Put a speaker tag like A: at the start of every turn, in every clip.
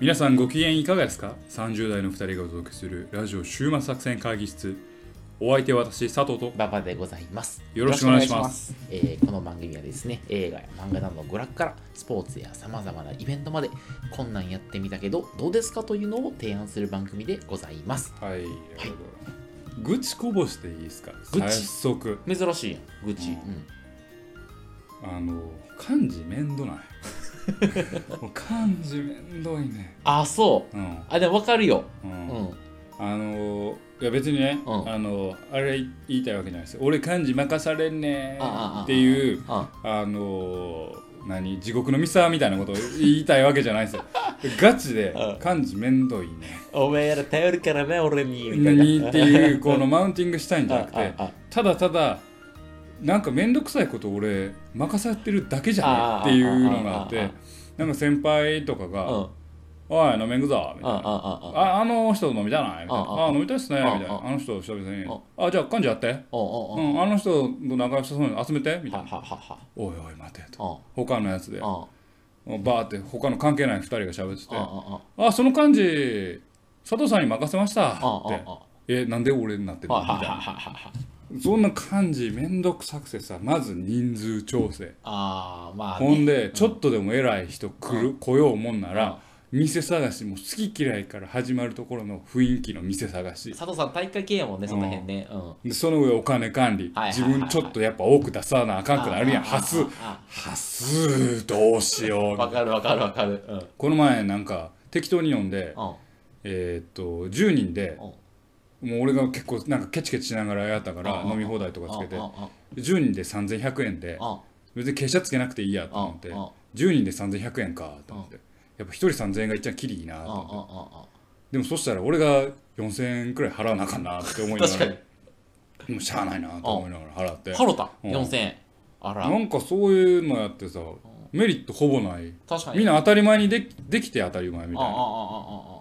A: 皆さんご機嫌いかがですか ?30 代の2人がお届けするラジオ週末作戦会議室お相手は私佐藤と
B: ババでございます。
A: よろしくお願いします
B: えーこの番組はですね、映画や漫画などの娯楽からスポーツやさまざまなイベントまで、こんなんやってみたけど、どうですかというのを提案する番組でございます。
A: はい、愚痴こぼしていいですか
B: 愚痴
A: 早速
B: 珍しいやん、愚痴。
A: うんあの漢字めん どないもう漢字めんどいね
B: あ、そう。
A: うん
B: あ、でも分かるよ。
A: う、
B: うんん。
A: あのいや別にね、
B: うん
A: あのあれ言いたいわけじゃないですよ俺漢字任されんね
B: あああ
A: んっていう
B: あ
A: あの何地獄のミサみたいなことを言いたいわけじゃ ないですよガチで
B: うん
A: 漢字めんどいね
B: お前ら頼るからね、俺に。みたいな
A: にっていうこのマウンティングしたいんじゃなく
B: あ
A: て
B: ああ
A: ただただなんか面倒くさいこと俺任されてるだけじゃないっていうのがあっ
B: ああああ
A: て
B: あ
A: なんか先輩とか
B: うん。
A: が
B: あ
A: 「おい飲めんぐぞ」みたいな
B: ああああああ
A: ああの人飲みたないみたいな。
B: あ
A: あ
B: あ
A: 飲みたいっすねみたい
B: あ
A: な。
B: あ
A: あの人久々に
B: あ。
A: あじゃあ幹事やって。う
B: あ
A: ん、あの人の仲良さそうに集めてみた
B: はいは
A: な。
B: はは
A: おいおい待てと。
B: あ
A: 他のやつで。
B: ああ
A: バーって他の関係ない二人が喋ってて。
B: ああ
A: あその幹事佐藤さんに任せましたっ
B: ああ
A: て。えなんで俺になってるの
B: は
A: み
B: はは
A: たいな。
B: はは
A: そんな幹事めんどくさくてさまず人数調整。
B: ああまあね
A: ほんでちょっとでも偉い人来る来ようもんなら。店探しも好き嫌いから始まるところの雰囲気の店探し
B: 佐藤さん体育会系やもんねその辺ねうん
A: でその上お金管理、
B: はいはいはいはい
A: 自分ちょっとやっぱ多く出さなあかんくなるやん
B: あー
A: はす
B: あ
A: はすどうしよ
B: ーわ
A: う
B: かるわかるわかるうんうん
A: この前なんか適当に読んで、えーっと10人で
B: うん
A: もう俺が結構なんかケチケチしながらやったから
B: うん
A: 飲み放題とかつけて
B: うんうんうん
A: 10人で3100円で別に傾斜つけなくていいやと思って
B: うんうん
A: 10人で3100円かと思ってやっぱ1人3000円が一番きりいいなと
B: うんうん
A: 思って
B: う
A: でもそしたら俺が4000円くらい払わなあかんなって思い
B: ん
A: な
B: 確
A: が
B: からに
A: もうしゃあないなと思いながら払って
B: ハロタ
A: うん
B: 4000円あら
A: なんかそういうのやってさメリットほぼない
B: 確かに
A: みんな当たり前にできできて当たり前み
B: ああ
A: た
B: あ
A: いな
B: あああああ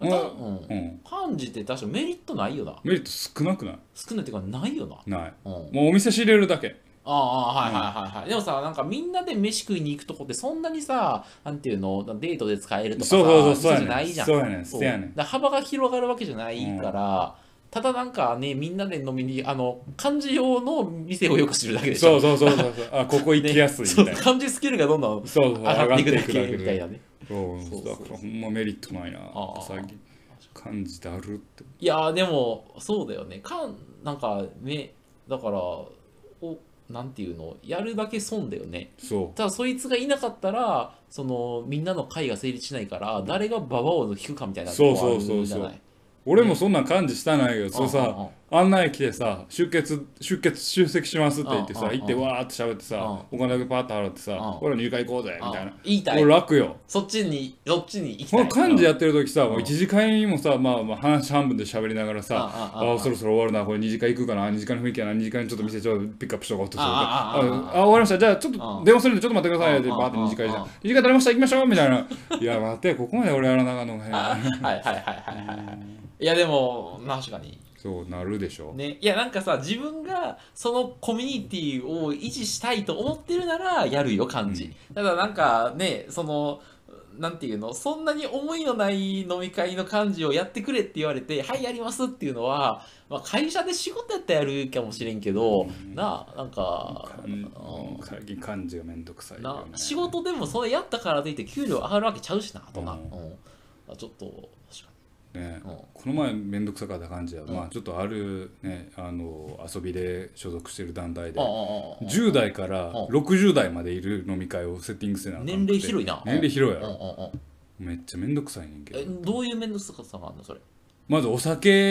A: う
B: うん
A: うん
B: 漢字って確かメリットないよな
A: メリット少なくない
B: 少ないっていうかないよな
A: ない
B: うん
A: もうお店知れるだけ
B: ああはいはいはいはいでもさなんかみんなで飯食いに行くとこってそんなにさなんていうのデートで使えるとかさ
A: そうそうそうそう
B: じゃないじゃん
A: そうやねん
B: そ
A: そううやねん
B: だから幅が広がるわけじゃないから、ただなんかねみんなで飲みにあの漢字用の店をよく知るだけでし
A: そ
B: ょ
A: うそうそうそうそうあここ行きやすいみたい
B: ね
A: な
B: そう漢字スキルがどんどん
A: そうそう
B: 上がっていくだ
A: 上が
B: けみたいなね
A: そう
B: そう
A: だからほんまメリットないな
B: ああ
A: 最近感じだるって
B: いやーでもそうだよねかんなんかねだからおなんていうのやるだけ損だよね
A: そ
B: ただそいつがいなかったらそのみんなの会が成立しないから誰がババを引くかみたいな
A: そう
B: とこはある
A: そうそうそう
B: じゃない
A: うん俺もそんなん感じしたないよそう
B: うんうん
A: さ案内来てさ出血出血出席しますって言って
B: うんう
A: さ
B: んうん
A: 行ってわーって喋ってさお金だけパッと払ってさ
B: うん
A: 俺ら入会行こうぜみたいな
B: あ言いた
A: 俺
B: い
A: 楽よ
B: そっちにそっちに行き
A: こ
B: た
A: の
B: い
A: 漢字やってる時さ、
B: ん
A: もう一次会にもさ、まあ、まあ話半分で喋りながらさ、
B: あ
A: あ
B: あああ
A: あそろそろ終わるな、これ二次会行くかな、二次会の雰囲気やな、二次会にちょっと店ちょっとピックアップしとこうとするか
B: ああああ
A: ああ、
B: ああ
A: 終わりました、じゃあちょっ
B: あ
A: と
B: あ
A: 電話するんでちょっと待ってくださいって、
B: ああ
A: バーって二次会じゃ
B: あ
A: ん
B: あ。
A: 二次会取れました、行きましょうみたいな。いや、待って、ここまで俺やらなあかんのか
B: あ
A: ね。
B: はいはいはいはいはいはいいやでも確かに
A: そうなるでしょ。
B: ねいやなんかさ自分がそのコミュニティを維持したいと思ってるならやるよ感じ、ただなんかねそのなんていうのそんなに思いのない飲み会の感じをやってくれって言われて「はいやります」っていうのは、まあ、会社で仕事やったらやるかもしれんけど、なあなんか
A: 漢
B: う
A: 最近漢字がめんどくさい
B: ん
A: よ
B: な
A: ね。
B: 仕事でもそれやったからといって給料上がるわけちゃうしなとか、
A: う
B: うんんあちょっと確か
A: ね
B: うん
A: この前めんどくさかった感じは、まあちょっとあるね、あの遊びで所属してる団体で
B: に。ああああ
A: 10代から
B: うん
A: 60代までいる飲み会をセッティングせなあかんくて
B: 年齢広いな
A: 年齢広いや
B: うんう
A: ろ
B: んうん
A: めっちゃめんどくさいねんけ
B: え
A: ど
B: どういう面倒くささがあるのそれ
A: まずお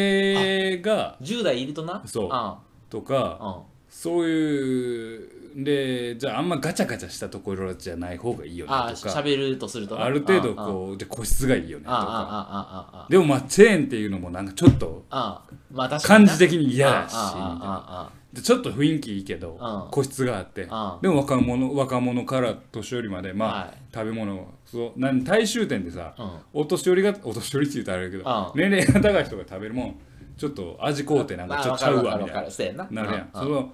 A: 酒が
B: 10代いるとな
A: そう
B: あ
A: とか
B: あ
A: そういうでじゃああんまガチャガチャしたところじゃない方がいいよね
B: ああ
A: とか
B: 喋るとするとな
A: ある程度
B: あ
A: こうじゃあ個室がいいよねと
B: あああ
A: か
B: ああああああ
A: でもまあチェーンっていうのもなんかちょっと
B: ああまあ確か
A: 感
B: にな
A: じ的に嫌
B: ああ
A: やしみたいな
B: あ
A: でちょっと雰囲気いいけど
B: うん
A: 個室があって
B: ああああああ
A: でも若者若者から年寄りまでまあ、
B: はい
A: 食べ物そうなん大衆店でさ、
B: うん
A: お年寄りがお年寄りって言うとあれだけど、
B: うん
A: 年齢が高い人が食べるもんちょっと味こうてなんかちょっとちゃうわみたい
B: なそうやな
A: ななるやん
B: ああ
A: その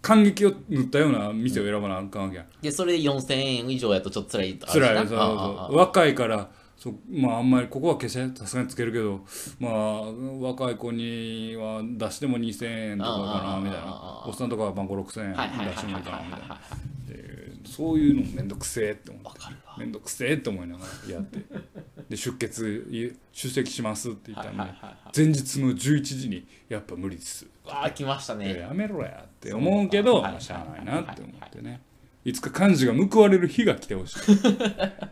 A: 感激を塗ったような店を選ばなあかんわけやん
B: でそれで4000円以上やとちょっと辛いとあるし
A: 辛
B: ない
A: よそう
B: ああ
A: そう
B: ああ
A: 若いからそうまああんまりここは消せさすがにつけるけどまあ若い子には出しても2,000円とかかなみたいな
B: ああああ
A: おっさんとかはまあ5,6,000円
B: はいはいはい
A: 出して
B: はい
A: も
B: はい
A: いかなみたいな
B: は
A: っていうそういうのもめんどくせえって思って
B: いわかるわ
A: めんどくせえって思いながらやって で出血い出席しますって言ったんで
B: はいはいはいはい
A: 前日の11時にやっぱ無理です
B: わあ来ましたね
A: やめろやって思うけど、
B: そう
A: まあしゃあないなって思ってねいつか漢字が報われる日が来てほし い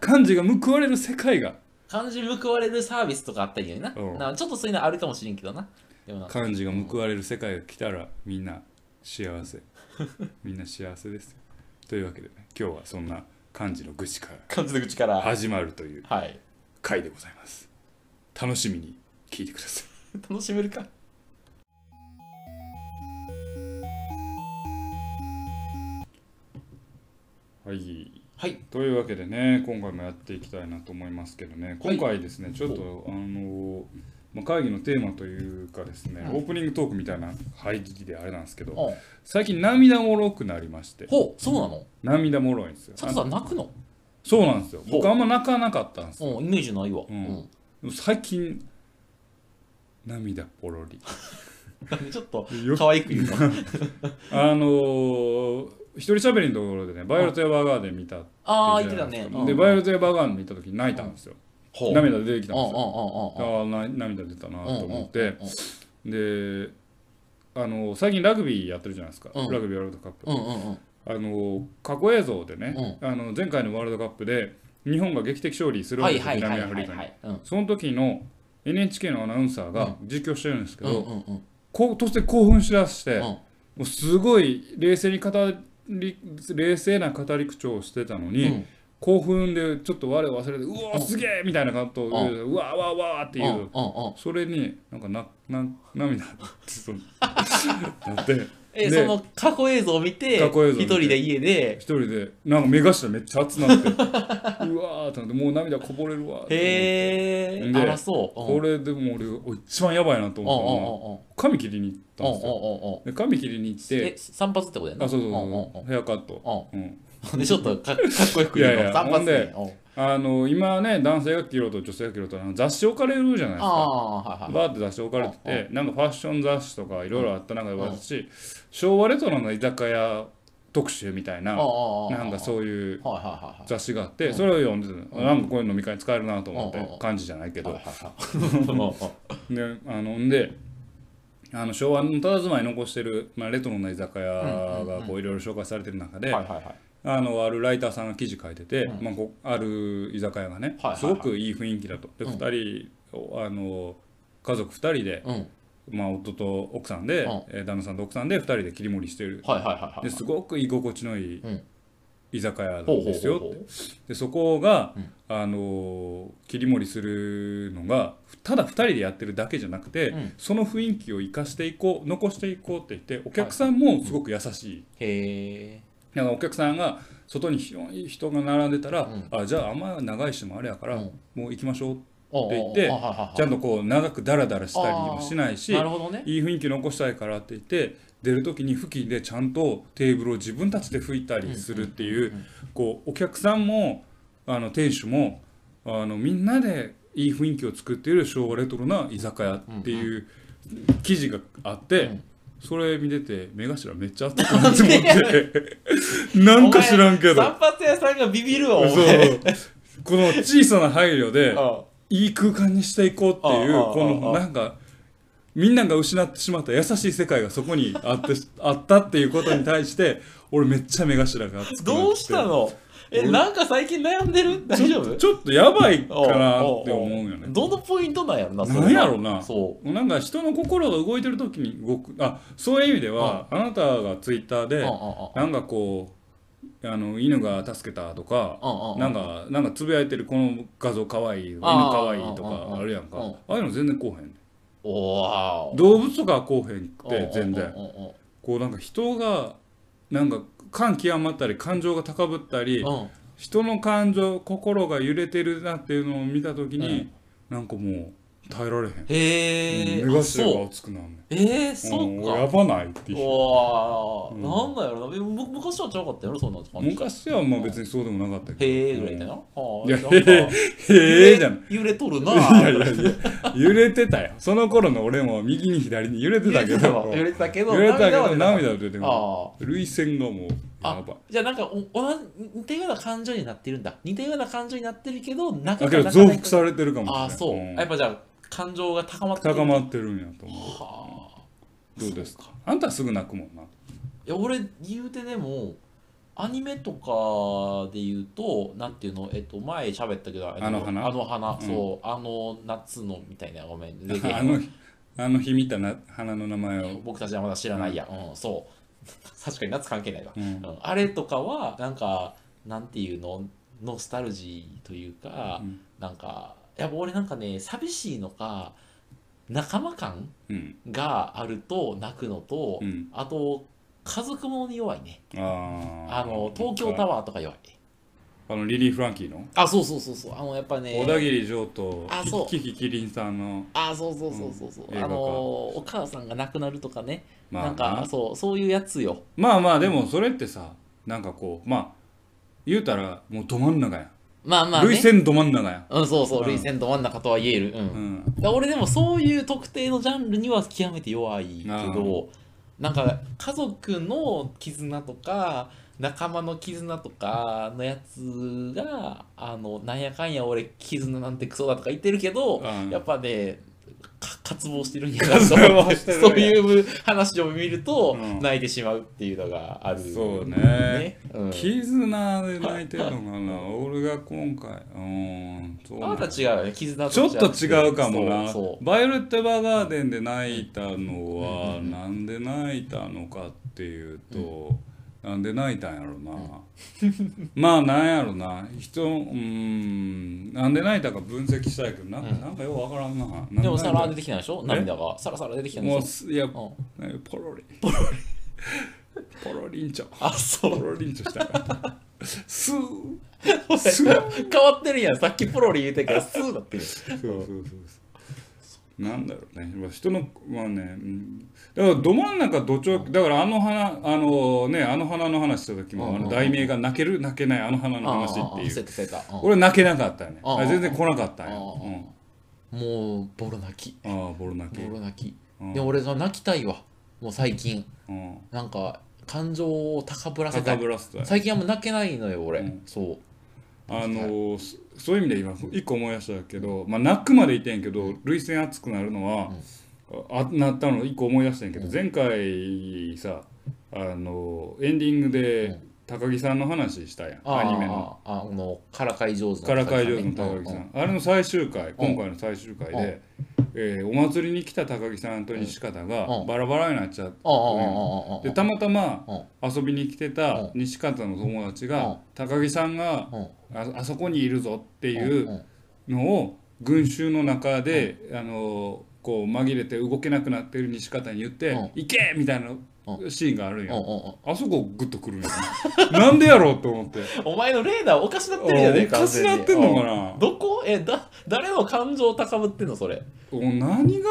A: 漢字が報われる世界が
B: 漢字報われるサービスとかあったりな,、
A: うん
B: なちょっとそういうのあるかもしれんけどなでもなんか
A: 漢字が報われる世界が来たらみんな幸せみんな幸せですよというわけでね今日はそんな漢字の愚痴から
B: 漢字の口からはい、
A: 始まるという回でございます楽しみに聞いてください
B: 楽しめるか
A: はい
B: はい
A: というわけでね今回もやっていきたいなと思いますけどね
B: はい
A: 今回ですね、ちょっとあの、まあ、会議のテーマというかですね、
B: うん
A: オープニングトークみたいな入りであれなんですけど
B: お
A: 最近涙もろくなりまして
B: ほうそうなの
A: 涙もろいんですよ
B: 佐藤さん泣くの
A: そうなんですよ
B: ほ
A: 僕
B: う
A: あんま泣かなかったんですよ
B: うんイメージないわ、
A: うんでも最近涙ポロリ
B: なんでちょっと
A: よ
B: 可愛く言うの
A: あのー一人喋りのところでね「バイオレット・エヴァーガーデン」見たって
B: ああ
A: 言
B: 言
A: っ
B: ってて
A: た
B: た
A: んです
B: ね
A: けど
B: うん
A: でバイオレット・エヴァーガーデン見た時に泣いたんですよ
B: ほう
A: 涙出てきたん
B: うんう
A: です
B: ん
A: よあ
B: うんうんうん
A: ーな涙出たなと思って、
B: うんうん
A: であの最近ラグビーやってるじゃないですか、
B: うん
A: ラグビーワールドカップ、
B: うんうんうん
A: あの過去映像でね、あの前回のワールドカップで日本が劇的勝利するわ
B: は
A: け
B: い
A: ですよ
B: はい
A: 南
B: はい
A: アフ
B: は
A: リ
B: い
A: カ
B: は
A: に
B: いうん
A: その時の NHK のアナウンサーが実況してるんですけ
B: う
A: ど、
B: んうんうん
A: こう突然興奮しだして、
B: うん
A: もうすごい冷静に語り冷静な語り口調をしてたのに、
B: うん
A: 興奮でちょっと我を忘れて「うおーすげえ!」みたいな感とで「うわーわーわー!」っていう、
B: うんうんうん
A: それになんかなな涙ってそう なって
B: え
A: で
B: その過去映像を見て
A: 過去映像を
B: 一
A: 見て
B: 人で家で
A: 一人でなんか目頭めっちゃ熱なって うわーってなってもう涙こぼれるわって
B: へえ
A: で
B: あらそうう
A: こ
B: ん
A: れでもう俺一番やばいなと
B: うんうんうん
A: 思ったのは髪切りに行ったん
B: うんうん
A: ですよ
B: うんうん
A: で髪切りに行って
B: え散髪ってことやな
A: あそうそう
B: うん
A: そうヘアカット
B: う
A: うん
B: んうんでちょっとかかっこよく言う
A: いやい
B: の
A: や
B: 散
A: ほん
B: 髪
A: で
B: ねうん
A: あの今ね男性が切ろうと女性が切ろうとあの雑誌置かれるじゃないですか
B: ああーはいはい
A: バーって雑誌置かれて
B: うん
A: てなんかファッション雑誌とかいろいろあった中で私昭和レトロな居酒屋特集みたいな
B: ああ
A: なんかそういう
B: はいはいはいはい
A: 雑誌があってそれを読んでたのなんかこういう飲み会に使えるなと思っ
B: うんうんう
A: て
B: ん
A: 感じじゃないけ
B: はい
A: ど
B: はいはい
A: であのんであの昭和のたたずまい残してる、まあ、レトロな居酒屋がこういろいろ紹介されてる中 で
B: はいはいはい
A: あのあるライターさんが記事書いてて、まあ、こうある居酒屋がね、
B: はいはいはい
A: すごくいい雰囲気だとで
B: うん
A: 2人あの家族2人で、
B: うん
A: まあ、夫と奥さんで、
B: うん
A: えー旦那さんと奥さんで2人で切り盛りしてる
B: はいはいはいはい
A: ですごく居心地のいい
B: うん
A: 居酒屋なん
B: ほうほう
A: ですよ、
B: ほうほう
A: でそこが、
B: うん
A: あのー切り盛りするのがただ2人でやってるだけじゃなくて、
B: うん
A: その雰囲気を生かしていこう残していこうって言ってお客さんもすごく優しい、
B: へえ
A: だからお客さんが外に広い人が並んでたら、
B: うん
A: あじゃああんま長い人もあれやから、
B: うん
A: もう行きましょう
B: って
A: 言ってちゃんとこう長くダラダラしたりもしないし
B: なるほどね
A: いい雰囲気残したいからって言って出る時に付近でちゃんとテーブルを自分たちで拭いたりするっていう,、
B: うん
A: こうお客さんもあの店主もあのみんなでいい雰囲気を作っている昭和レトロな居酒屋っていう記事があって、
B: うん
A: それ見てて目頭めっちゃ熱くなって思って なんか知らんけ
B: お前
A: ど
B: 散髪屋さんがビビるわお
A: そう
B: 前
A: この小さな配慮 で。
B: あ
A: いい空間にしていこうっていう
B: あああ
A: この
B: あ
A: なんかみんなが失ってしまった優しい世界がそこにあ ってあったっていうことに対して俺めっちゃ目頭が熱くなって
B: どうしたのえ
A: 俺
B: なんか最近悩んでる大丈夫
A: ちょっとやばいかな
B: おうおうおう
A: って思うよね
B: どのポイントなんやろなそれは
A: なんやろな
B: そ
A: なんか人の心が動いてる時に動くあそういう意味ではあなたがツイッター
B: う
A: で
B: うんうんうん
A: なんかこうあの犬が助けたとか
B: うんうんうん
A: なんかなんかつぶやいてるこの画像かわいい犬か
B: ああ
A: わいいと
B: あああ
A: か
B: あ
A: あるやんか
B: うん
A: ああいうの全然こうへん
B: おー
A: 動物とかはこうへんって全
B: うん
A: 然
B: うんうん
A: こうなんか人がなんか感極まったり感情が高ぶったり
B: うんうん
A: 人の感情心が揺れてるなっていうのを見た時に、なんかもう耐えられへん、
B: へえ
A: うん目
B: そ
A: 頭
B: う
A: が熱くなるねん
B: えー、そう
A: うんや
B: か。
A: ばないっていう
B: お
A: うん
B: ー、なんだよな。えむ昔はちゃうかったやろ、そんな感じ。
A: 昔はまあ別にそうでもなかったけど
B: へえぐらいだよ。はい
A: や
B: なんか
A: へへえじゃん
B: 揺れとるな。
A: いやいやいや揺れてたよその頃の俺も右に左に揺れてたけど
B: 揺れてたけど、
A: 揺れてたけど
B: は
A: 涙出てくる
B: ああ。
A: 涙腺がもう
B: あ
A: やばい
B: じゃあなんかお同じ似たような感情になってるんだ似たような感情になってるけど中
A: だ
B: か
A: け
B: ら
A: ど
B: 中か
A: 増
B: ら
A: 幅されてるかもしれない
B: ああそう、
A: ん
B: やっぱじゃあ感情が高まってる
A: 高まってるんやと思
B: はあ
A: うどうですかあんたはすぐ泣くもんない
B: や俺言うてでもアニメとかで言うとなんていうのえっと前喋ったけどえっと
A: あの花
B: あの花、
A: ん
B: そうあの夏のみたいなごめん出てけへん
A: あのあの日見たな花の名前を
B: 僕たちはまだ知らないや、うんそう確かに夏関係ないわ、
A: う
B: うんんあれとかはなんかなんていうのノスタルジーというか、
A: うん
B: なんかやっぱ俺なんかね寂しいのか仲間感
A: うん
B: があると泣くのと、
A: うん
B: あと家族ものに弱いね
A: あ
B: あの東京タ
A: ワー
B: ワーとか弱い
A: あのリリー・フランキーの
B: あそうそうそうそうあのやっぱね
A: 小田切城と
B: あそう
A: キキキリンさんの
B: あそうそうそうそうそう、
A: うん映画
B: あ
A: 化
B: のお母さんが亡くなるとかね、
A: まあ
B: なんか
A: な
B: そうそういうやつよ
A: まあまあでもそれってさなんかこうまあ言うたらもうど真ん中や
B: まあまあ
A: ん
B: ね
A: 涙腺ど真ん中やん
B: うんそうそう
A: うん
B: 涙腺ど真ん中とは言えるうん
A: うん
B: だから俺でもそういう特定のジャンルには極めて弱いけ
A: あ
B: どなんか家族の絆とか仲間の絆とかのやつがあのなんやかんや俺絆なんてクソだとか言ってるけど
A: うん
B: やっぱねか渇望してるんやな
A: 渇
B: と
A: 望してるんや
B: そういう話を見ると
A: うん
B: 泣いてしまうっていうのがある
A: そうね
B: うん
A: 絆で泣いてるのかな俺が今回うーんそう
B: あ
A: な
B: なんた違うよね絆
A: ちょっと
B: 違くて
A: 違うかもな
B: そうそ
A: 「
B: う
A: バイオレット・エヴァーガーデン」で泣いたのはなんで泣いたのかっていうと、なんで泣いたんやろな、 まあなんやろな人うーんなんで泣いたか分析したいけどなんか,、
B: うん
A: なんかようわからんななん
B: でも
A: 泣
B: さ
A: い
B: ら
A: た
B: 出てきたでしょ涙がさらさら出てきたんでし
A: も
B: ょ
A: うすいや
B: うん
A: ポロリポロリ ポロリンチョ
B: あ、そ
A: ポ
B: う。
A: ロリンチョしたから スー
B: 変わってるやん。さっきポロリ言うて から、スーだってる。
A: そうそうそうそう。なんだろうね、まあ人のまあね、うんだからど真ん中どちょだからあの花あのねあの花の話した時
B: うん
A: も
B: う
A: あ
B: んうん
A: の題名が泣ける泣けないあの花の
B: あ
A: 話って
B: あ、
A: い
B: せ
A: う。
B: たせた。うん
A: 俺泣けなかったよね。
B: うんうん
A: あ全然来なかったん
B: う
A: よ。
B: んもう、ボロ泣き。
A: うんああボロ泣き。
B: ボロ泣
A: うん
B: き。で、俺が泣きたいわ。もう最近。
A: うん。
B: なんか、感情を高ぶらせた
A: 高
B: い。
A: ぶらせたよ。
B: 最近あんま泣けないのよ、俺
A: うん。
B: そう。
A: あのそそういう意味で今一個思い出したけど、まあ泣くまでいてんけど涙腺熱くなるのは、あなったの一個思い出したんやけど、前回さあのエンディング
B: う
A: で
B: ん
A: 高木さんの話したやん、
B: ああ
A: アニメの。
B: ああの、からかい上手
A: 「からかい上手の高木さ」
B: うん
A: あれの最終回今回の最終回で、えーお祭りに来た高木さんと西方
B: う
A: が
B: ん
A: バラバラになっちゃって
B: ああ、ああ、ああ。
A: でたまたま
B: うん
A: 遊びに来てた西方の友達
B: うん
A: が高木さんが
B: うん
A: ああそこにいるぞっていううん
B: うん
A: のを群衆の中で、あのこう紛れて動けなくなってる西方に言って
B: うん
A: 「行け!」みたいなシーンがあるんや、
B: うんうんうん
A: あそこグッとくるんや なんでやろうと思って
B: お前のレーダーおかしなってるやで、
A: おかしなってんのかな
B: どこえ、だ、誰の感情高ぶってんのそれ。
A: お何が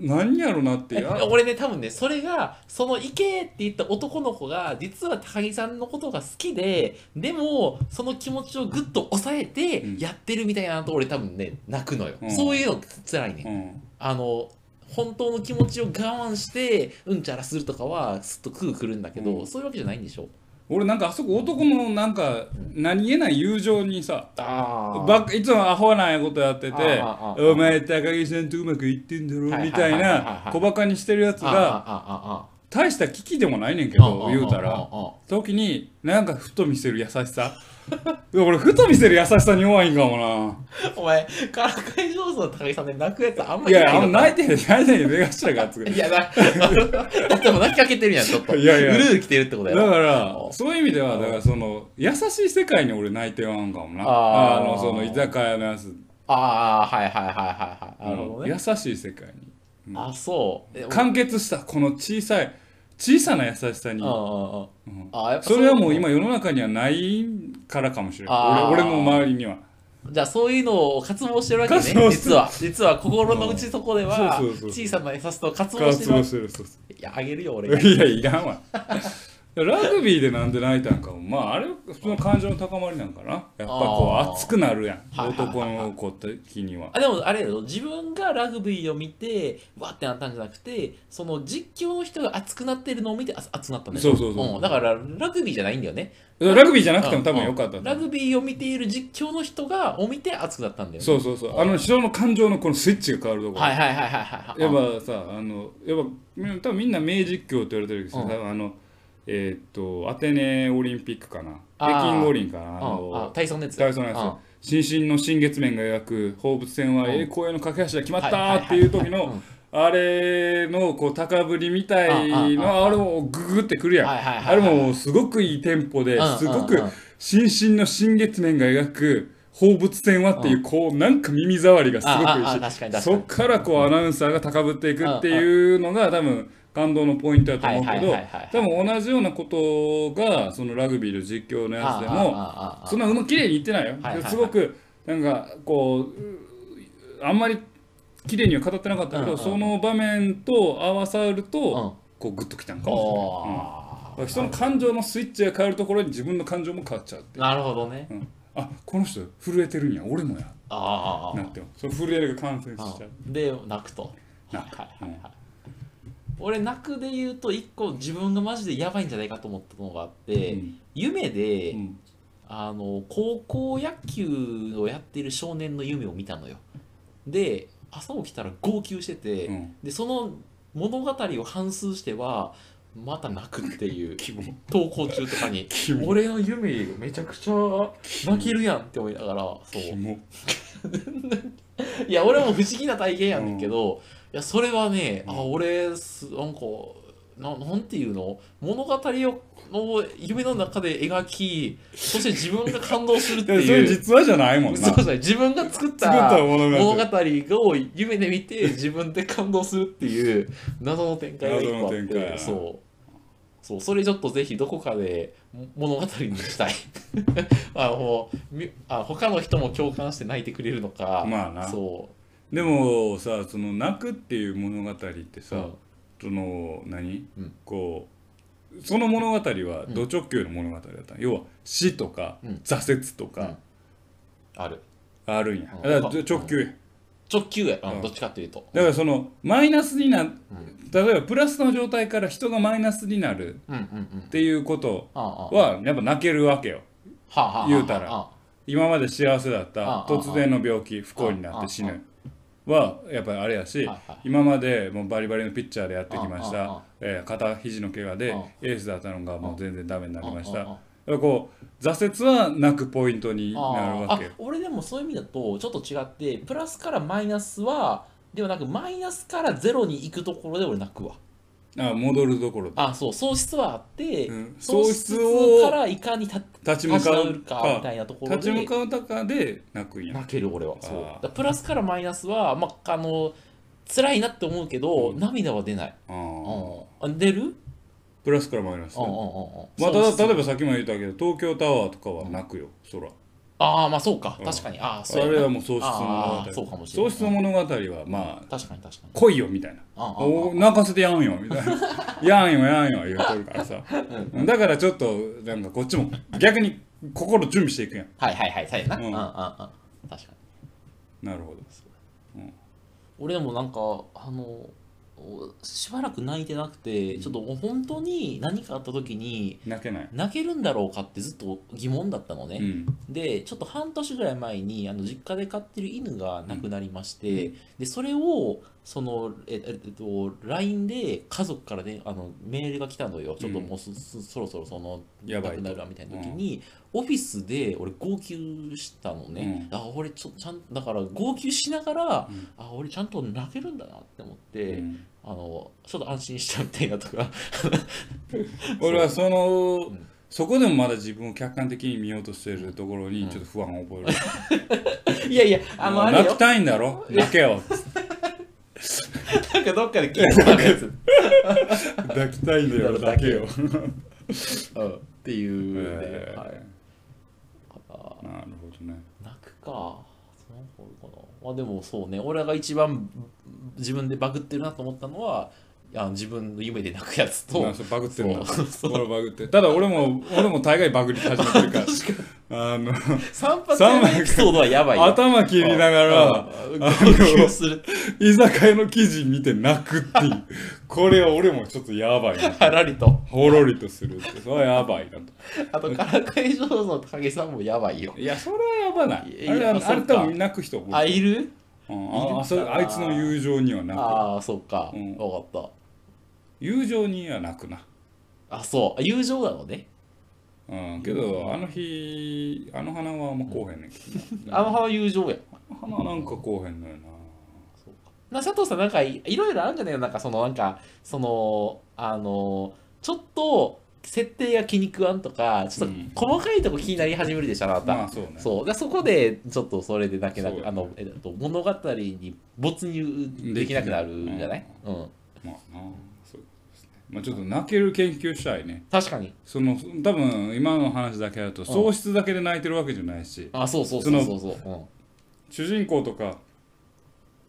A: 何やろなって
B: え
A: や
B: 俺ね多分ねそれがその「行け!」って言った男の子が実は高木さんのことが好きででもその気持ちをぐっと抑えて
A: うん
B: やってるみたいなのと俺多分ね泣くのよ、
A: うん
B: そういうの辛いね、
A: うん
B: あの本当の気持ちを我慢してうんちゃらするとかはすっと空くるんだけど、
A: うん
B: そういうわけじゃないんでしょ
A: 俺なんかあそこ男のなんか何気ない友情にさ
B: あ
A: ばっいつもアホなことやって
B: あー
A: て
B: あーあ
A: 「
B: ー
A: お前高木さんとうまくいってんだろ」みたい
B: はいはいはいはいは
A: ない小バカにしてるやつ
B: あああ
A: が
B: ああ
A: 大した危機でもないねんけ
B: ああ
A: ど言うた
B: あ
A: ら
B: ああ
A: 時になんかふと見せる優しさ 俺ふと見せる優しさに弱いんかも
B: あお前からかい上手の高木さんで泣くやつあん
A: ない
B: まりい
A: やい
B: ない
A: やあ
B: の
A: んま泣いてへん泣いてへん目がしたがつく
B: いやだ、だってもう泣きかけてるやん、ちょっと。
A: いやいや
B: うるうる来てるってこ
A: だ
B: とやろ。
A: からそういう意味ではだからその優しい世界に俺泣いてはんかもな
B: あ
A: あ
B: ー
A: のその居酒屋のやつ
B: ああ、はいはいはいはいはい。なるほどね。
A: 優しい世界に
B: あ、そう。え
A: 完結したこの小さい小さな優しさに
B: うんうんうん。あやっぱ
A: それはもう今世の中にはないからかもしれない
B: あー
A: 俺俺の周りには
B: じゃあそういうのを渇望してるわけね
A: 渇望して
B: 実
A: る
B: は実は心の内底では
A: うんそうそうそう
B: 小さな優しさを渇望し
A: 渇
B: てるわ
A: 望
B: け
A: してるそうそ
B: いやあげるよ 俺
A: う
B: が
A: いやいらんわラグビーでなんで泣いたんかもまああれは普通の感情の高まりなんかなやっぱこ
B: あー
A: う熱くなるやん
B: はいはいはい
A: 男
B: はい
A: の子的には
B: あでもあれやろ自分がラグビーを見てわってなったんじゃなくてその実況の人が熱くなってるのを見てあ熱くなったんだよ
A: そうそうそう
B: うんだからラグビーじゃないんだよね
A: ラグビーじゃなくても多分よかっ
B: う
A: た
B: んラグビーを見ている実況の人がを見て熱くなったんだよね
A: そうそうそうあの人の感情のこのスイッチが変わるところ
B: はいはいはいはいはい
A: や
B: はい
A: っぱさあのやっぱみん多分みんな名実況って言われてるけどさ、あのえーっとアテネオリンピックかな
B: あー
A: 北京五輪かなあ
B: うんあ
A: の
B: 体操のやつ
A: 体操のやつ
B: うん
A: 新進の新月面が描く放物線は
B: うん
A: 栄光への架け橋が決まっ
B: はいは
A: た
B: いはい
A: っていう時
B: う
A: の
B: ん
A: あれのこう高ぶりみたい
B: うんうんうん
A: のあれもググってくるやん
B: はいはいはいはい
A: あれもすごくいいテンポ
B: うんうんう
A: で
B: ん
A: すごく新進の新月面が描く放物線はっていうこうなんか耳障りがすごくいい
B: あああ
A: し
B: 確かに確かに
A: そっからこうアナウンサーが高ぶっていくっていうのが多分感動のポイントだと思うけ
B: はい
A: ど
B: はいはいはいはい
A: 多分同じようなことがそのラグビーの実況のやつでも
B: ああああああ
A: そんなうま綺麗にいってないよ、
B: はいはいはい
A: すごくなんかこううあんまり綺麗には語ってなかったけど、
B: うんうん
A: その場面と合わさると、
B: うん
A: こうグッときたんかもしれないうんだ
B: お
A: から人の感情のスイッチが変わるところに自分の感情も変わっちゃうって
B: ーなるほどね
A: うんあこの人震えてるんや俺もや
B: あ
A: な
B: ー
A: ってもその震えが感染
B: あ
A: しちゃう
B: ーで泣くと
A: 泣く
B: はいはいはいはい俺泣くで言うと一個自分がマジでやばいんじゃないかと思ったのがあって、
A: うん
B: 夢で、
A: うん
B: あの高校野球をやってる少年の夢を見たのよで朝起きたら号泣してて、
A: うん
B: でその物語を反数してはまた泣くっていう
A: 希望
B: 投稿中とか に
A: キモ
B: 俺の夢めちゃくちゃ泣けるやんって思いながらそう
A: キモ
B: いや俺も不思議な体験やねんけど、いやそれはね、あ俺すなんかななんていうの物語をの夢の中で描きそして自分が感動す るって
A: でそれ
B: いう。
A: 実話じゃないもんな
B: そう
A: 作っ
B: そう自分が作った
A: た物
B: 物
A: 語
B: 語を夢で見て自分で感動するっていう謎の展開が一個あっ
A: 謎の展開
B: てそうそうそれちょっとぜひどこかで物語にしたい あもうみあ他の人も共感して泣いてくれるのか
A: まあな
B: そ
A: でもさその泣くっていう物語って
B: う、う
A: さ、
B: ん、
A: その何、
B: うん
A: こうその物語はド直球の物語だった、要は死とか、
B: うん
A: 挫折とか
B: ある
A: あるんや、
B: うん
A: だから直球や、
B: 直球や、うん
A: うん
B: どっちかっていうと
A: だからそのマイナスにな例えばプラスの状態から人がマイナスになる
B: うんうん
A: っ
B: うん
A: ていうこと
B: あああ
A: はやっぱ泣けるわけよ
B: あはあはあ
A: 言うたら
B: ああ
A: 今まで幸せだっ
B: あ
A: た
B: あ
A: 突然の病気不幸になって死ぬはやっぱりあれやし
B: はいはい
A: 今までもうバリバリのピッチャーでやってきまし
B: ああああ
A: たえー肩肘の怪我で
B: ああ
A: エースだったのがもう全然ダメになりました
B: あ
A: だ
B: あああ
A: からこう挫折は泣くポイントになるわけよ
B: あーあ俺でもそういう意味だとちょっと違ってプラスからマイナスはではなくマイナスからゼロに行くところで俺泣くわ
A: あ戻るところ
B: あそう喪失はあって、
A: うん
B: 喪
A: 喪
B: 失
A: 失を
B: からいかに立
A: 立ち向かう
B: 立ち直るかみたいなところで
A: 立ち向かう中で泣くんや
B: 泣ける俺は
A: あー
B: そうだからプラスからマイナスはまああの辛いなって思うけど、
A: うん
B: 涙は出ない、
A: あ
B: う
A: ー
B: んあ出る、うんうんうん
A: プラスからマイナス
B: うん
A: まあ、ただ
B: 喪失
A: 例えばさっきも言ったけど東京タワーとかは泣くよ、そら
B: ああまあそうか
A: うん
B: 確かに、ああそう
A: あ
B: や
A: れ
B: な
A: はもう喪失の物
B: あー
A: 語
B: そうかもしれ
A: 喪
B: ない
A: 失の物語はまあ
B: 確かに確かに
A: 来いよみたいな
B: ああああ
A: お泣かせてやんよみたい なやんよやんよ言うとるからさだからちょっとなんかこっちも逆に心準備していくやん
B: はいはいはいそうやな、
A: うん
B: うんうんうん確かに
A: なるほど
B: 俺でもなんかあのおしばらく泣いてなくてちょっと本当に何かあった時に
A: 泣けない
B: 泣けるんだろうかってずっと疑問だったの
A: う
B: ね、
A: ん
B: でちょっと半年ぐらい前にあの実家で飼ってる犬が亡くなりまして、でそれをそのええっと LINE で家族からねあのメールが来たのよちょっともうそ,そ、そろそろその
A: やばいと
B: 亡くなるわみたいな時に、オフィスで俺号泣したのね、あ俺ちょちゃんだから号泣しながら、
A: うん
B: あ俺ちゃんと泣けるんだなって思っ
A: う
B: て、
A: ん
B: あのちょっと安心したみたいなとか
A: 俺はその、
B: うん
A: そこでもまだ自分を客観的に見ようとしてるところにちょっと不安を覚える、
B: いやいやあのあれ
A: 泣
B: よ
A: きたいんだろ泣け よ
B: なんかどっかで聞いたや つ
A: 泣きたいんだよ
B: 泣
A: 泣
B: け
A: け
B: よ
A: よ
B: うんっていうね、
A: えー
B: はいあ
A: なるほどね
B: 泣くか。そのホールかな。まあでもそうね、俺らが一番自分でバグってるなと思ったのは、あの自分の夢で泣くやつと
A: な、そうバグってるな
B: そう
A: 俺バグってただ俺も俺も大概バグり始めてるか
B: 確かに
A: らあの
B: 散髪屋のエピソードはやばいよ。
A: 頭切りながら
B: うん、号泣する。
A: 居酒屋の記事見て泣くっていうこれは俺もちょっとやばいな
B: はらりと。
A: ほろりとするってそれはやばいなと
B: あと、からかい上手の影さんもやばいよ。
A: いやそれはやばない
B: い
A: あれは
B: あ
A: あれ
B: そうか
A: 多分泣く人多い
B: あ、いる
A: うんあ
B: いる
A: あそれ
B: かな
A: あいつの友情には泣く
B: ああ、そっか。わ、
A: うん
B: かっ
A: 友情には泣くな
B: た。あ、そう。友情なのね。
A: うんけどあの日あの花はあんまこうへんねんけ どな
B: あの派は友情や。
A: あの花なんかこうへんのよな
B: そうかな佐藤さん、なんかいいろいろあるんじゃないのなんか、その、なんか、その、あの、ちょっと、設定が気に食わんとか、ちょっ
A: うん
B: と細かいとこ気になり始めるでしょ、あなた。
A: まあそうね
B: そうでそこでちょっとそれでなけな
A: そう
B: く
A: だ
B: あ
A: ね
B: の、えっと、物語に没入できなくなるんじゃない、うん、
A: まあなそうですねまあちょっと泣ける研究したいね
B: 確かに
A: その多分今の話だけだと喪失だけで泣いてるわけじゃないし
B: あそうそうそうそうそう、うん、
A: 主人公とか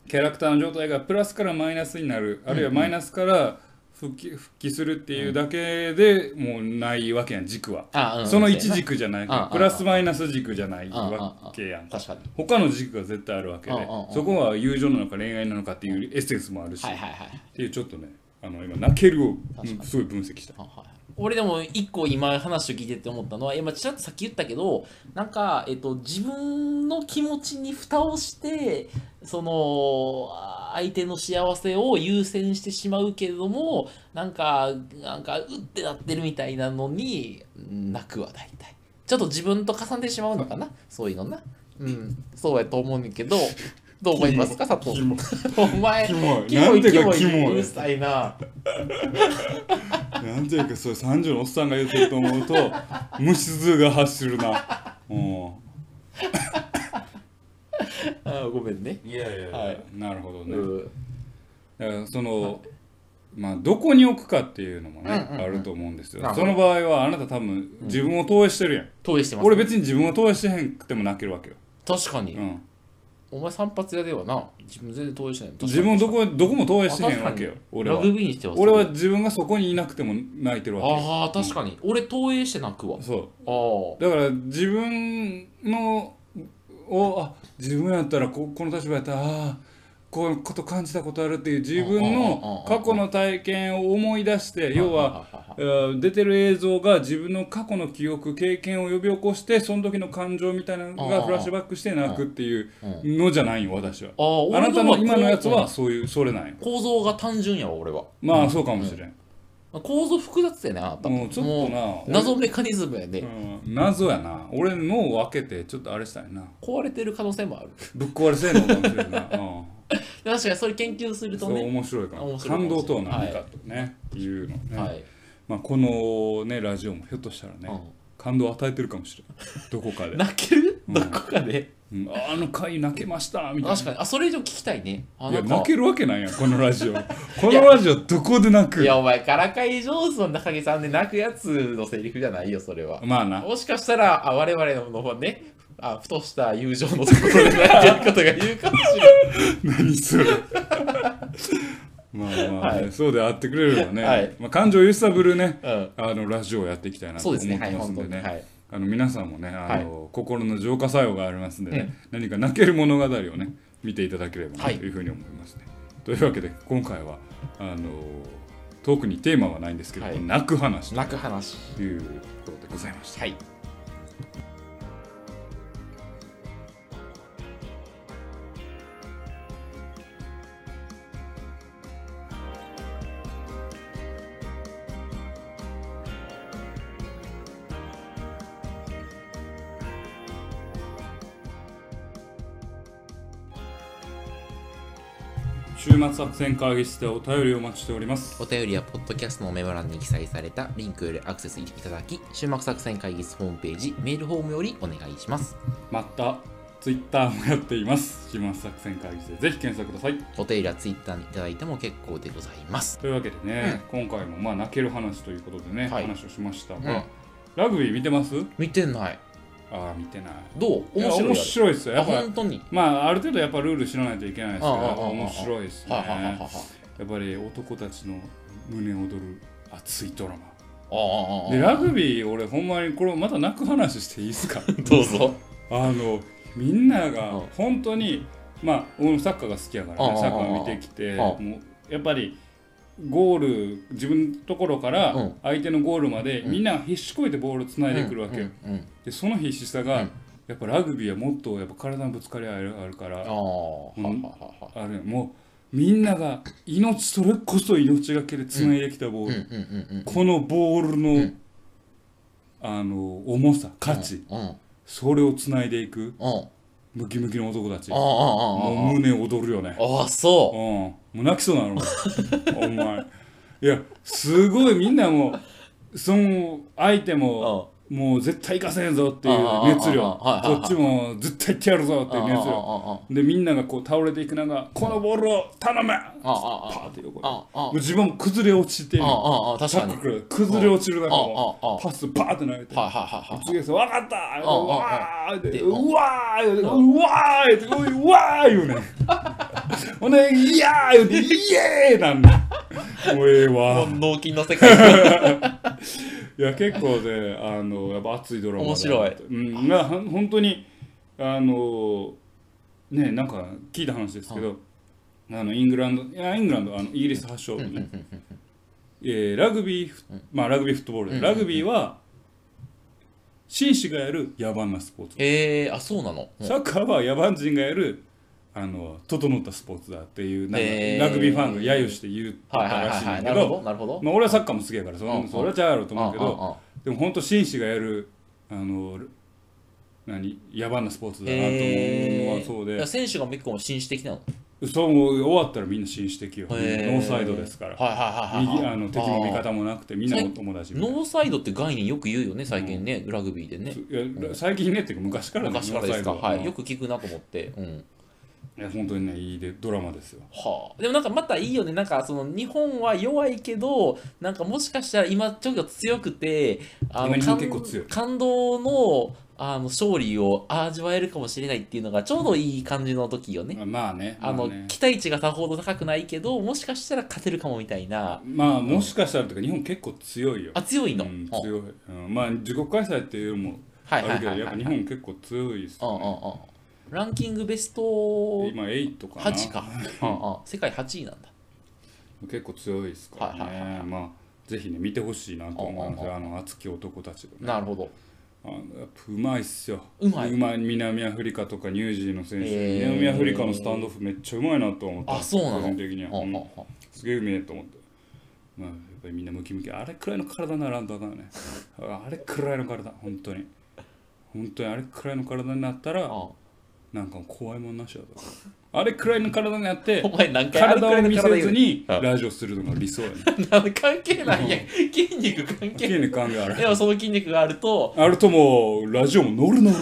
A: キャラクターの状態がプラスからマイナスになるあるいはマイナスから復帰復帰するっていうだけでもうないわけやん軸は。
B: あ、うん、
A: その一軸じゃない
B: うんうん
A: プラスマイナス軸じゃないわけやん
B: 確かに
A: 他の軸が絶対あるわけで
B: うんうんうん
A: そこは友情なのか恋愛なのかっていうエッセンスもあるし
B: はい
A: っ
B: はいはい
A: ていうちょっとねあの今泣けるを
B: 確かに
A: すごい分析した。
B: はいはい俺でも一個今話を聞いてて思ったのは今ちらっとさっき言ったけどなんか、えっと、自分の気持ちに蓋をしてそのあ相手の幸せを優先してしまうけれどもなんかなんかうってなってるみたいなのに泣くは大体ちょっと自分と重ねてしまうのかなそういうのなうんそうやと思うねんだけどどう思いますか佐藤
A: キモ
B: お前
A: キモいなんてがキモいう
B: るさいな
A: なんていうかそれ30のおっさんが言ってると思うと虫唾が発するな。うん
B: あごめんね
A: いやいやいや
B: はい
A: なるほどね、
B: うん
A: だからその、まあどこに置くかっていうのもね、
B: うんうんうん
A: あると思うんですよ
B: なるほ
A: そ
B: ど
A: の場合はあなた多分自分を投影してるやん、
B: 投影してます、
A: 俺別に自分を投影してへんくても泣けるわけよ、
B: 確かに、
A: うん、
B: お前散髪屋ではな自分全然投影してない
A: 自分をどこどこも投影してへんわ
B: あ確か
A: け
B: に
A: よ俺
B: ラ
A: は
B: グビーにしてはそう
A: 俺は自分がそこにいなくても泣いてるわけよ
B: ああ確かに、俺投影して泣くわ
A: そう
B: ああ
A: だから自分のをあ自分やったらここの立場やったらああこういうこと感じたことあるっていう自分の過去の体験を思い出して要は
B: は
A: えー出てる映像が自分の過去の記憶経験を呼び起こしてその時の感情みたいなの
B: あ
A: が
B: あ
A: フラッシュバックして泣くっていう
B: うん
A: のじゃないよ私は
B: ああ
A: あなたの今のやつ
B: う
A: は
B: ん
A: そういうそれなんよ
B: 構造が単純やわ俺は
A: まあそうかもしれん
B: 構造複雑やねあなた
A: もうちょっとな
B: もう
A: 俺
B: 謎メカニズムやね、
A: うん謎やな俺脳を開けてちょっとあれしたいな
B: 壊れてる可能性もある
A: ぶっ壊れせんのかもしれん なうん
B: 確かにそれ研究すると
A: そう
B: ね
A: 面白いかも
B: 面白いかも
A: 感動とは何かとねいうの
B: は
A: ね
B: い、
A: まあこのねラジオもひょっとしたら
B: う
A: ね
B: ん
A: 感動を与えてるかもしれんどこ かで
B: 泣ける、
A: うん
B: どこかで
A: うんあの回泣けましたみたいな
B: 確かにあそれ以上聞きたいねあ
A: いや
B: なんか
A: 泣けるわけないやんこのラ ジオこのラジオどこで泣く
B: いやお前からかい上手の中木さんで泣くやつのセリフじゃないよそれは
A: まあな
B: もしかしたらあ我々の方ねあふとした友情のところで泣いてることが言うかもしれない
A: 何そ れまあまあ、ね
B: はい
A: そうであってくれればね、
B: はい
A: まあ、感情を揺さぶるね、
B: うん
A: あのラジオをやっていきたいなと
B: そう
A: 思っ
B: です
A: て
B: ねはい
A: ます
B: 本
A: ん
B: 当
A: で
B: に
A: ね、
B: はい
A: あの皆さんもねあの、心の浄化作用がありますんでね、何か泣ける物語をね見ていただければな
B: はい
A: というふうに思いますね、というわけで今回はあの特にテーマはないんですけど、
B: はい
A: 泣く話
B: 泣く話
A: ということでございました
B: はい
A: 週末作戦会議室でお便りをお待ちしております
B: お便りはポッドキャストのメモ欄に記載されたリンクよりアクセスいただき終幕作戦会議室ホームページメールフォームよりお願いします
A: またツイッターもやっています週末作戦会議室でぜひ検索ください
B: お便りはツイッターにいただいても結構でございます
A: というわけでね、今回もまあ泣ける話ということでね、
B: はい
A: 話をしました
B: う
A: が、
B: ん
A: ラグビー見てます
B: 見てない
A: ああ見てない
B: どう面白い
A: や面白いですよ
B: あ
A: やっ
B: れあ
A: ぱ
B: 本当に
A: まあある程度やっぱルール知らないといけないですけど
B: ああああ
A: やっぱ面白いですね
B: はいはいはいはい
A: やっぱり男たちの胸躍る熱いドラマ
B: はい
A: で
B: ああああ
A: ラグビー俺ほんまにこれまた泣く話していいです か
B: どうぞ
A: あのみんな
B: うん
A: が本当にまあ俺もサッカーが好きやから
B: あ
A: ね
B: あ
A: サッカー見てきて
B: ああ
A: もうやっぱりゴール自分のところから
B: うん
A: 相手のゴールまで
B: うん
A: みんな必死こいてボールつないでくるわけよ
B: うんうんうん
A: でその必死さ
B: う
A: が
B: ん
A: やっぱラグビーはもっとやっぱ体のぶつかり合いがあるか
B: ああ
A: ら
B: は
A: う
B: い
A: ん
B: はいはいはい
A: あれもうみんなが命それこそ命がけでつないできたボー
B: うん
A: ル
B: うんうん
A: このボール
B: う
A: の
B: ん
A: あの重さ価値
B: うんうん
A: それをつないでいく
B: うんあ
A: ムキムキの男たち
B: ああ
A: もう
B: あ
A: 胸躍るよね
B: あああ
A: うん
B: そ
A: もう泣きそうなの お前いやすごいみんなもうその相手
B: う
A: も
B: う
A: もう絶対行かせんぞっていう
B: ああ
A: 熱量
B: ああはいはいは
A: こ
B: い
A: っちも絶対行ってやるぞってい
B: ん
A: う
B: ああ
A: 熱量でみんながこう倒れていく中このボールを頼め
B: ああ
A: パ
B: ああ
A: ーって横にも
B: ああ
A: う自分も崩れ落ちて
B: ああああ確
A: タ
B: か
A: ッ
B: に
A: クル崩れ落ちる中も
B: ああああ
A: パスパーって投げて
B: はいはいはい
A: 次ですわかったー
B: うん
A: うわーって
B: で
A: うわーってうわーっておいうわー言う ねんほんでいやー言うてイエーなんだもうええ
B: はい
A: わ
B: もう脳筋の世界
A: いや結構ねあのやっぱ熱いドラマだな
B: 面白い
A: うんなほん本当にあのねなんか聞いた話ですけどあのイングランドいやイングランドあのイギリス発祥のねえーラグビーフまあラグビーフットボールで
B: うん
A: ラグビーは紳士がやる野蛮なスポーツ
B: へえあそうなのうん
A: サッカーは野蛮人がやるあの整ったスポーツだっていうなんか
B: えー
A: ラグビーファンが揶揄して言った
B: はいはい
A: ら
B: は
A: し
B: い
A: いん
B: はい
A: だ
B: な
A: け
B: るほど
A: ど、
B: なるほど
A: まあ、俺はサッカーも好きやからそ,、
B: うんうん
A: それはちゃうやろうと思うけど、
B: ああああ
A: でも本当紳士がやるあの何野蛮なスポーツだなと思うのはそう
B: えーい
A: で
B: や、選手が結構紳士的なの。
A: そうもう終わったらみんな紳士的よ、
B: へー
A: ノーサイドですから、
B: はいはいはい
A: 右
B: はい。
A: あの敵も味方もなくてみんなお友達
B: あー。
A: みたいな
B: ノーサイドって概念よく言うよね、最近ね、ラグビーでね。
A: いや最近ねっていうか昔からね
B: 昔からですか。
A: ノーサイドは
B: はい。よく聞くなと思って。うん。
A: いや本当にねいいでドラマですよ
B: はあ。でもなんかまたいいよね。なんかその日本は弱いけど、なんかもしかしたら今ちょっと強くて、あ
A: 今
B: の
A: 日本
B: 感
A: 結構強い
B: 感動のあの勝利を味わえるかもしれないっていうのがちょうどいい感じの時よね。
A: まあね
B: あ
A: ま
B: の、
A: ね
B: 期待値がさほど高くないけど、もしかしたら勝てるかもみたいな。
A: まあもしかしたらというか日本結構強いよ。
B: あ、強いの。
A: うん、
B: はあ
A: 強い、うん。まあ自国開催っていうのもあ
B: はいは
A: る
B: いはい
A: けど
B: はい、
A: やっぱ日本結構強いです
B: うんう
A: よ
B: ん
A: ね。
B: うんランキングベスト8
A: 今8かな。
B: か。うんうん世界8位なんだ。
A: 結構強いですからね。
B: はいはいはいはい
A: まあぜひね見てほしいなと思います
B: うん
A: よ。あの熱き男たちがね。
B: なるほど。
A: あのやっぱうまいっすよ。
B: うまい
A: 南アフリカとかニュージーの選手、
B: へー
A: 南アフリカのスタンドオフめっちゃうまいなと思った。
B: あそうなの
A: 個人的には。
B: う
A: うん
B: うん
A: ん
B: うん
A: すげえうめえと思って。まあ、やっぱりみんなムキムキ。あれくらいの体ならんとあかんよね。 あれくらいの体、本当に。本当にあれくらいの体になったら、
B: あ
A: なんか怖いもんなしだと。あれくらいの体になって
B: お、前何 回あるく
A: 体
B: ら
A: を
B: いの
A: 見
B: 体
A: せず
B: 言う
A: に
B: うん
A: ラジオするのが理想やね。
B: なんか関係ないやん。筋肉関係
A: 筋
B: ない。
A: 肉感がある。
B: でもその筋肉があると、
A: あるともう、ラジオも乗る乗る。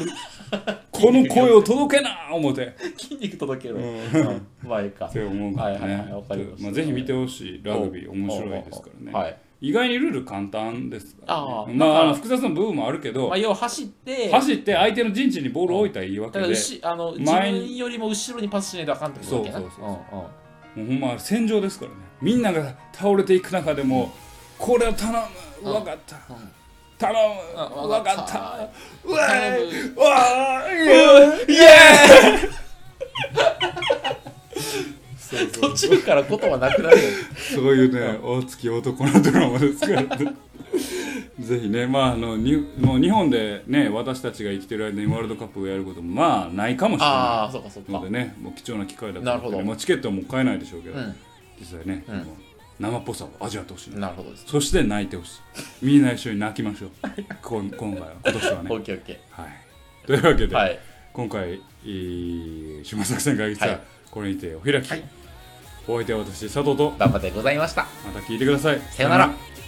A: この声を届けな思て。
B: 筋肉届ける。
A: う
B: うん前か
A: っ。て思うか
B: は
A: ら
B: いはいはい、
A: ね
B: わかりま。した。
A: まあぜひ見てほしい。ラグビー面白いですか
B: うんうんうん
A: ら
B: は
A: ね。
B: い。
A: 意外にルール簡単ですから
B: ああ
A: ね。まああ
B: な
A: の
B: んか
A: 複雑な部分もあるけど
B: まあ、、要は走って、
A: 走って相手の陣地にボールを置いたらいいわけ
B: だから
A: で、
B: 後あの自
A: 前に
B: 分よりも後ろにパスしないとあかんってことだっけな。
A: そうそうそう
B: うんうん
A: もうほんま戦場ですからね。みんなが倒れていく中でも、これを頼む、
B: うん
A: わかった
B: うん。
A: 頼
B: う
A: む、
B: ん
A: わ
B: わ
A: か
B: か
A: っ
B: ったた。
A: うわ
B: 頼
A: ーうわーイエーイイエーイそうそう
B: 途中から言葉なくなるよ。
A: そういうね、大月男のドラマですから、 ね、ぜひね、まああのにもう日本でね、私たちが生きてる間にワールドカップをやることもまあないかもしれな
B: ああ、そうかそう
A: い
B: か
A: の。でね、もう貴重な機会だと思
B: なる
A: って
B: ほど
A: ねまあチケットはもう買えないでしょうけど、
B: う
A: 実際ね、
B: うん
A: もう生っぽさを味わってほしい
B: ん。
A: な。
B: なるほどです。
A: そして泣いてほしい。みんな一緒に泣きましょう。こん今回は、今年は
B: オ
A: ね。
B: ッケーオッケ
A: はい、というわけ
B: ー。
A: で、
B: はい。
A: 今回、えー島作戦会議室は
B: はい
A: これにてお開き。
B: はい
A: お相手は私、佐藤と、
B: バンバでございました。
A: また聞いてください。
B: さよなら。